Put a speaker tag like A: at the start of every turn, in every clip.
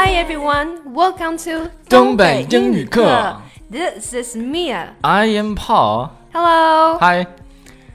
A: everyone, welcome to
B: 东北英语课。
A: This is Mia.
B: I am Paul。
A: Hello.
B: 嗨，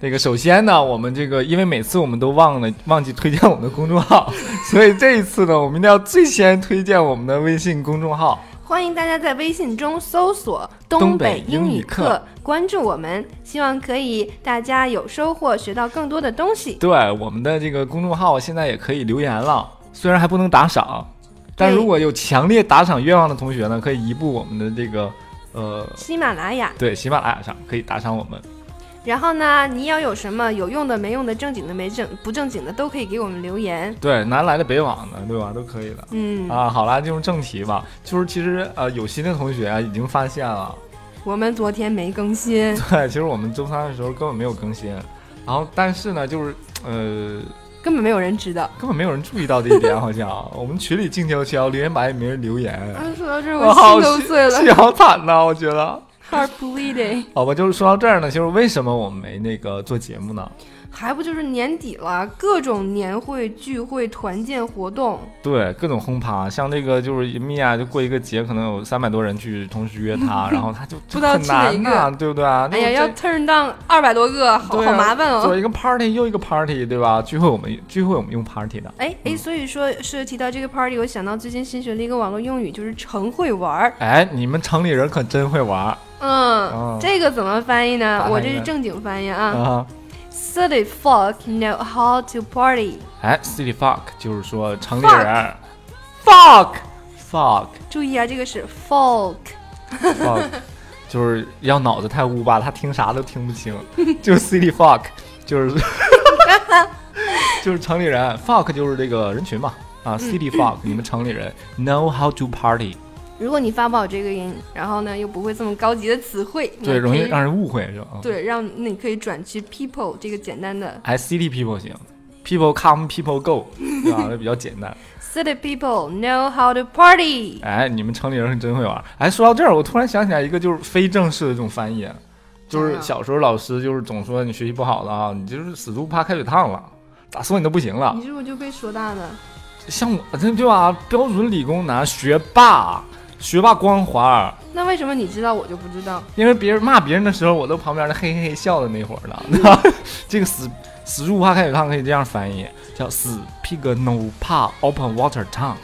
B: 那个首先呢，我们这个因为每次我们都忘了忘记推荐我们的公众号，所以这一次呢，我们一定要最先推荐我们的微信公众号。
A: 欢迎大家在微信中搜索“东
B: 东
A: 北
B: 北
A: 英
B: 英
A: 语
B: 语
A: 课
B: 课”，
A: 关注我们，希望可以大家有收获，学到更多的东西。
B: 对，我们的这个公众号现在也可以留言了，虽然还不能打赏，但
A: 对
B: 如果有强烈打赏愿望的同学呢，可以移步我们的这个呃，
A: 喜马拉雅，
B: 对，喜马拉雅上可以打赏我们。
A: 然后呢，你要有什么有用的、没用的、正经的、没正不正经的，都可以给我们留言。
B: 对，南来的北往的，对吧？都可以的。
A: 嗯，
B: 啊，好啦，进入正题吧。就是其实呃，有心的同学啊，已经发现了，
A: 我们昨天没更新，
B: 对， 其实我们周三的时候根本没有更新，然后但是呢，就是呃，
A: 根本没有人知道。
B: 根本没有人注意到这一点，好 像我们群里静悄悄，留言板也没人留言，
A: 啊，说到这儿
B: 我
A: 我
B: 好
A: 心都
B: 心
A: 碎了
B: 心好惨呐、我觉得。
A: ，heart bleeding。
B: 好吧，就是说到这儿呢，就是为什么我们没那个做节目呢？
A: 还不就是年底了，各种年会、聚会、团建活动，
B: 对，各种轰趴，像那个就是米娅，就过一个节，可能有三百多人去同时约 她，然后她就
A: 不
B: 就
A: 知道
B: 很
A: 去哪
B: 难呐、对不对啊？
A: 哎呀，
B: 就
A: 要
B: 这
A: turn down 二百多个，好、
B: 对啊
A: 好麻烦
B: 左
A: 哦。
B: 一个 party 右一个 party，对吧？聚会我们聚会我们用 party 的，
A: 哎哎，所以说是提到这个 party，我想到最近新学了一个网络用语，就是“成会玩儿
B: 哎，你们城里人可真会玩儿”。
A: 嗯，
B: 哦
A: 这个怎么翻译呢
B: 咋？翻译
A: 我这是
B: 呢
A: 正经翻译啊。
B: 啊！
A: City folk know how to party。
B: 哎，city fuck 就是说城里人，fuck fuck
A: 注意啊，这个是 folk。
B: fuck，就是要脑子太污吧，他听啥都听不清， 就是 city fuck，就是 就是城里人，fuck 就是这个人群嘛。
A: 嗯
B: 啊，city fuck，你们城里人 know how to party，
A: 如果你发不好这个音，然后呢又不会这么高级的词汇，你
B: 对，
A: 还
B: 容
A: 嗯
B: 易
A: 可以
B: 让人误会是吧？啊
A: 对让那你可以转去 people 这个简单的
B: 还 city people 行，people come people go，对吧？那比较简单。
A: City people know how to party。
B: 哎，你们城里人是真会玩儿。哎，说到这儿，我突然想起来一个就是非正式的这种翻译，就是小时候老师就是总说你学习不好了啊，你就是死猪不怕开水烫了，咋说你都不行了
A: 你。是不是就被说大的？
B: 像我这对吧，啊标准理工男，学霸，学霸光环儿。
A: 那为什么你知道我就不知道？
B: 因为别人骂别人的时候，我都旁边的嘿嘿嘿笑的那会儿呢。 对吧这个死死猪不怕开水烫可以这样翻译，叫死 pig no 怕 open water tongue，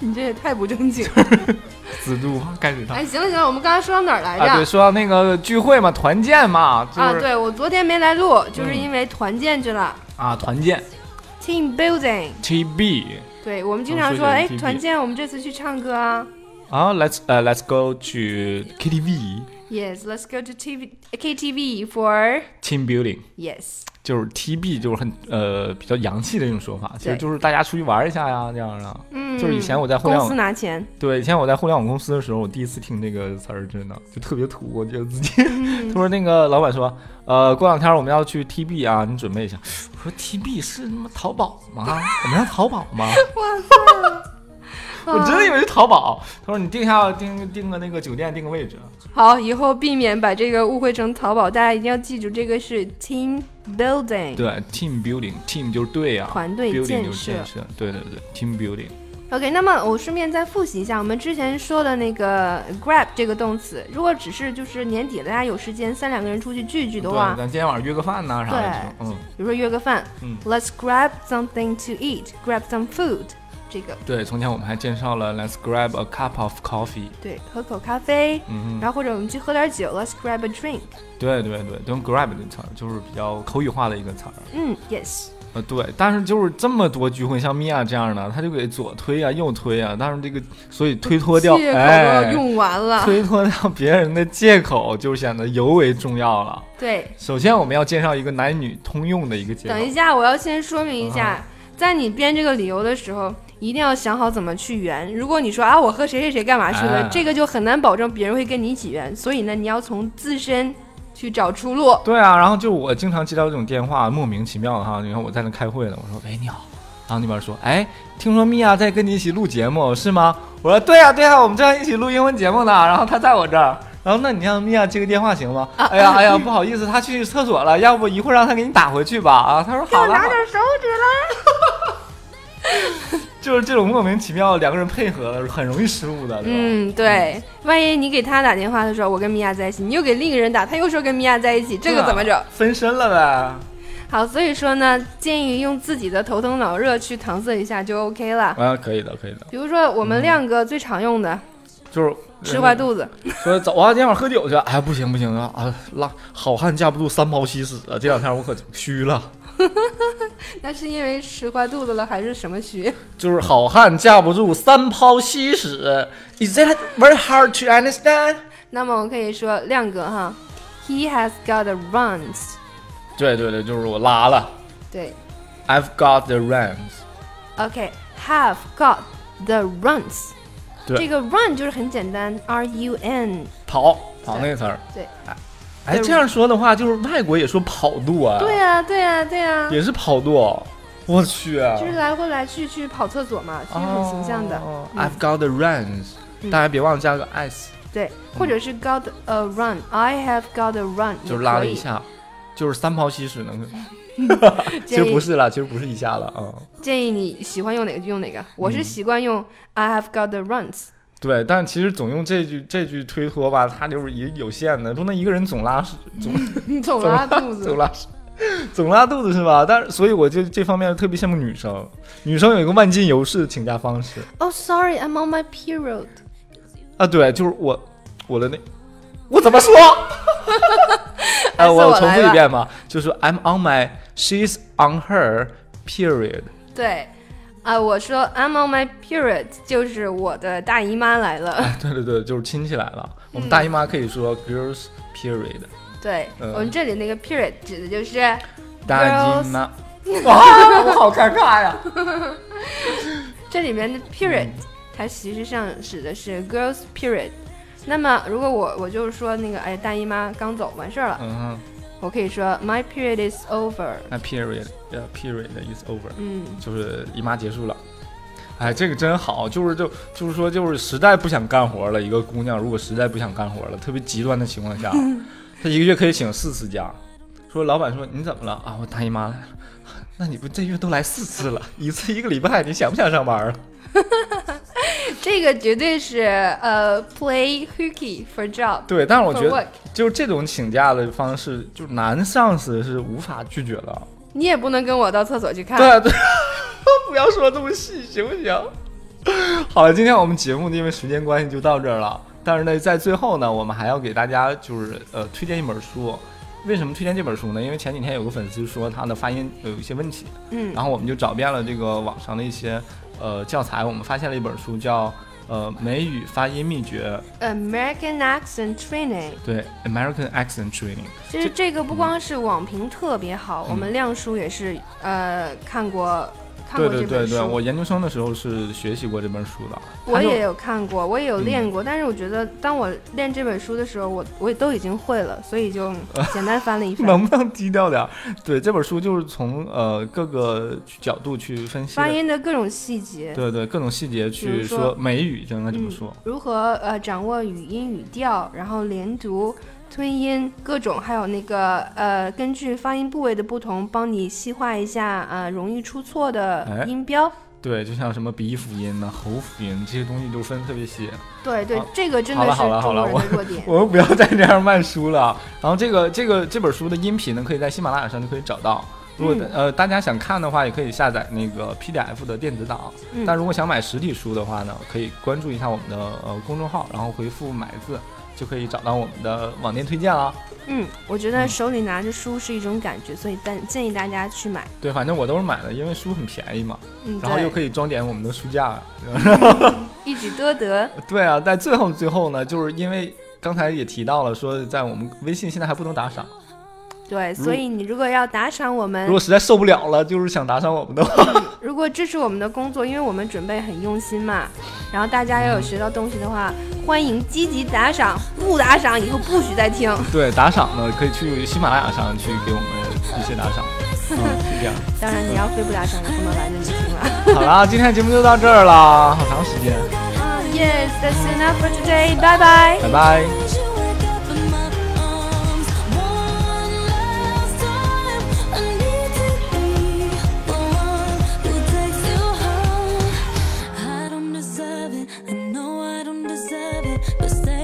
A: 你这也太不正 经。
B: 死猪不怕开水烫。
A: 哎，行了行了，我们刚才说到哪儿来着？
B: 啊，对，说到那个聚会嘛，团建嘛，就是、
A: 啊对我昨天没来录，就是
B: 嗯
A: 因为团建去了、
B: 啊，团建
A: t e a m building。
B: TB
A: 对我们经常
B: 嗯
A: 说，
B: 说起来
A: 哎，
B: TB
A: 团建，我们这次去唱歌啊。
B: 啊，Let's 呃、Let's go to KTV
A: Yes, let's go to TV KTV for
B: team building，
A: yes。
B: 就是 TB 就是很呃比较洋气的一种说法，其实
A: 对
B: 就是大家出去玩一下呀，这样的。
A: 嗯，
B: 就是以前我在互联
A: 公司
B: 网
A: 拿钱，
B: 对，以前我在互联网公司的时候，我第一次听这个词儿，真的就特别土，我觉得自己。 他说那个老板说，呃，过两天我们要去 TB 啊，你准备一下。我说 TB 是他妈淘宝吗？我们要淘宝吗？我真的以为是淘宝。他说你定下定定个那个酒店，定个位置。
A: 好，以后避免把这个误会成淘宝，大家一定要记住，这个是 team building。
B: 对，team building，team 就是队啊，
A: 团队
B: building
A: 建
B: 就是
A: 设
B: 建设，对对对，team building。
A: OK，那么我顺便再复习一下我们之前说的那个 grab 这个动词，如果只是就是年底了大家有时间三两个人出去聚一聚的
B: 对，啊
A: 话
B: 咱，今天晚上约个饭呐、啥的
A: 啊对
B: 就，嗯，
A: 比如说约个饭、
B: 嗯
A: l e t s grab something to eat，grab some food，这个
B: 对。从前我们还介绍了 let's grab a cup of coffee，
A: 对，喝口咖啡，
B: 嗯哼，
A: 然后或者我们去喝点酒，let's grab a drink，
B: 对对对，用 grab 这个词儿就是比较口语化的一个词儿，
A: 嗯，yes，
B: 呃，对。但是就是这么多聚会，像米娅这样的，他就给左推啊，右推啊，但是这个所以推脱掉，
A: 借口都
B: 哎，
A: 用完了，
B: 推脱掉别人的借口就显得尤为重要了。
A: 对，
B: 首先，我们要介绍一个男女通用的一个借口
A: 等。一下，我要先说明一下，在你编这个理由的时候，一定要想好怎么去圆。如果你说啊，我和谁谁谁干嘛去了，
B: 哎
A: 这个就很难保证别人会跟你一起圆。所以呢，你要从自身去找出路。
B: 对啊，然后就我经常接到这种电话，莫名其妙的哈。你看我在那开会呢，我说喂哎你好，然后那边说哎，听说米娅在跟你一起录节目是吗？我说对呀、对呀、啊我们正在一起录英文节目呢。然后她在我这儿，然后那你让米娅接个电话行吗？
A: 啊
B: 哎呀哎呀，不好意思，她去厕所了，要不一会儿让她给你打回去吧啊？她说
A: 给我
B: 好了
A: 拿
B: 好了
A: 点手指来。
B: 就是这种莫名其妙两个人配合很容易失误的，对吧？
A: 嗯，对，万一你给他打电话的时候，我跟米娅在一起，你又给另一个人打，他又说跟米娅在一起，
B: 啊
A: 这个怎么整？
B: 分身了
A: 好，所以说呢，建议用自己的头疼脑热去搪塞一下就 OK 了。
B: 呗？啊，可以的，可以的，
A: 比如说我们亮哥最常用的、
B: 就是
A: 吃坏肚子，
B: 说走啊，今天晚上喝酒去。哎，不行不行啊啊，拉好汉架不住三泡西施啊！这两天我可虚了，
A: 那是因为吃坏肚子了还是什么虚？
B: 就是好汉架不住三泡西施。Is that very hard to understand？
A: 那么我可以说亮哥哈，He has got the runs，
B: 对对对，就是我拉了
A: 对
B: ，I've got the runs。
A: ，OK，have、got the runs，
B: 对
A: 这个 run 就是很简单，R U N，
B: 跑跑那个词儿。
A: 对
B: 哎，哎，这样说的话，就是外国也说跑度啊，
A: 对呀、对呀、对呀、
B: 也是跑度。我去、啊，
A: 就是来回来去去跑厕所嘛，其实很形象的。
B: 哦
A: 嗯
B: I've got the runs，、
A: 嗯
B: 大家别忘了加个 s，
A: 对，或者是 got a run，I have got a run，
B: 嗯就是拉了一
A: 也可以。嗯
B: 下，就是三泡稀水能。其
A: 建
B: 实不
A: 议
B: 是啦，其实不是一下了啊、嗯
A: 建议你喜欢用哪个就用哪个，我是习惯用 I have got the runs。
B: 对，但其实总用这句这句推脱吧，它就是也有限的，不能一个人总拉屎总
A: 你总拉肚
B: 总
A: 子，
B: 拉屎总拉肚子是吧？但是所以我就这方面特别羡慕女生，女生有一个万金油式请假方式
A: Oh, sorry, I'm on my period.
B: 啊，对，就是我我的那我怎 么说？
A: 还
B: 哎，
A: 是我
B: 重
A: 来
B: 复一
A: 吧
B: 遍吧，就是 I'm on my she's on her period。
A: 对，啊、我说 I'm on my period，就是我的大姨妈来了。
B: 对对对，就是亲戚来了，我们
A: 嗯
B: 大姨妈可以说 girls period。
A: 对、
B: 嗯
A: 我们这里那个 period 指的就是
B: 大
A: girls，
B: 姨妈， 哇，我好尴尬呀！
A: 这里面的 period，、它
B: 嗯
A: 其实上指的是 girls period。那么如果我我就是说那个哎大姨妈刚走完事儿了，
B: 嗯哼，
A: 我可以说 my period is over。
B: 那 period，呃，period is over，
A: 嗯，
B: 就是姨妈结束了。哎，这个真好，就是就就是说，就是实在不想干活了，一个姑娘如果实在不想干活了，特别极端的情况 下，她一个月可以请四次假。说老板说你怎么了啊？我大姨妈来了， 那你不这月都来四次了，一次一个礼拜，你想不想上班啊？
A: 这个绝对是呃、play hooky for job
B: 对，但是我
A: for
B: 觉得
A: work，
B: 就是这种请假的方式，就是男上司是无法拒绝的。
A: 你也不能跟我到厕所去看。
B: 对对， 不要说这么细，行不行？ 好了，今天我们节目因为时间关系就到这儿了。但是呢，在最后呢，我们还要给大家就是呃推荐一本书。为什么推荐这本书呢？因为前几天有个粉丝说他的发音呃有一些问题，
A: 嗯
B: 然后我们就找遍了这个网上的一些呃教材，我们发现了一本书叫呃美语发音秘诀，
A: ，American accent training。
B: 对 American Accent Training。
A: 其实这
B: 嗯
A: 个不光是网评特别好，我们亮叔也是呃看过看
B: 对
A: 过
B: 对
A: 这
B: 对
A: 本书，
B: 对，我研究生的时候是学习过这本书的。
A: 我
B: 它就
A: 也有看过，我也有练
B: 嗯
A: 过，但是我觉得当我练这本书的时候，我我也都已经会了，所以 就简单翻了一翻。
B: 能不能低调点儿？对，这本书就是从呃各个角度去分析的
A: 发，音的各种细节，
B: 对对，各种细节
A: 比
B: 去
A: 如说
B: 说美语应该怎么说。
A: 如何呃掌握语音语调，然后连读、吞音各种，还有那个呃根据发音部位的不同，帮你细化一下呃容易出错
B: 哎
A: 的音标。
B: 对，就像什么鼻辅音呐、喉辅音这些东西都分特别细。
A: 对对
B: 好，
A: 这个真
B: 好
A: 的
B: 了
A: 是
B: 好了
A: 中
B: 好
A: 国
B: 了
A: 人的弱点。
B: 我们不要再这样卖书了。啊然后这个这个这本书的音频呢，可以在喜马拉雅上就可以找到。如果、
A: 嗯
B: 呃大家想看的话，也可以下载那个 PDF 的电子档。
A: 嗯
B: 但如果想买实体书的话呢，可以关注一下我们的呃公众号，然后回复“买”字，就可以找到我们的网店推荐了。
A: 嗯，我觉得手里拿着书是一种感觉，所以但建议大家去买。
B: 对，反正我都是买的，因为书很便宜嘛，
A: 嗯，
B: 然后又
A: 对，
B: 可以装点我们的书架。
A: 一举多得。
B: 对啊，但最后最后呢，就是因为刚才也提到了，说在我们微信现在还不能打赏，
A: 对，
B: 如
A: 所以你如果要打赏我
B: 如
A: 们
B: 果，实在受不了了，就是想打赏我们的话，
A: 如果支持我们的工作，因为我们准备很用心嘛，然后大家要有学到东西的话，欢迎积极打赏，不打赏以后不许再听。
B: 对打赏呢，可以去喜马拉雅上去给我们一些打赏。嗯，是这样。
A: 当然，你要非不打赏，也不能拦着你听了。
B: 好啦，今天的节目就到这儿了，好长时间，
A: yes, that's enough for today. Bye bye.
B: 拜拜。
C: As you wake up in my arms, one last time, I need to be the one who takes you home. but stay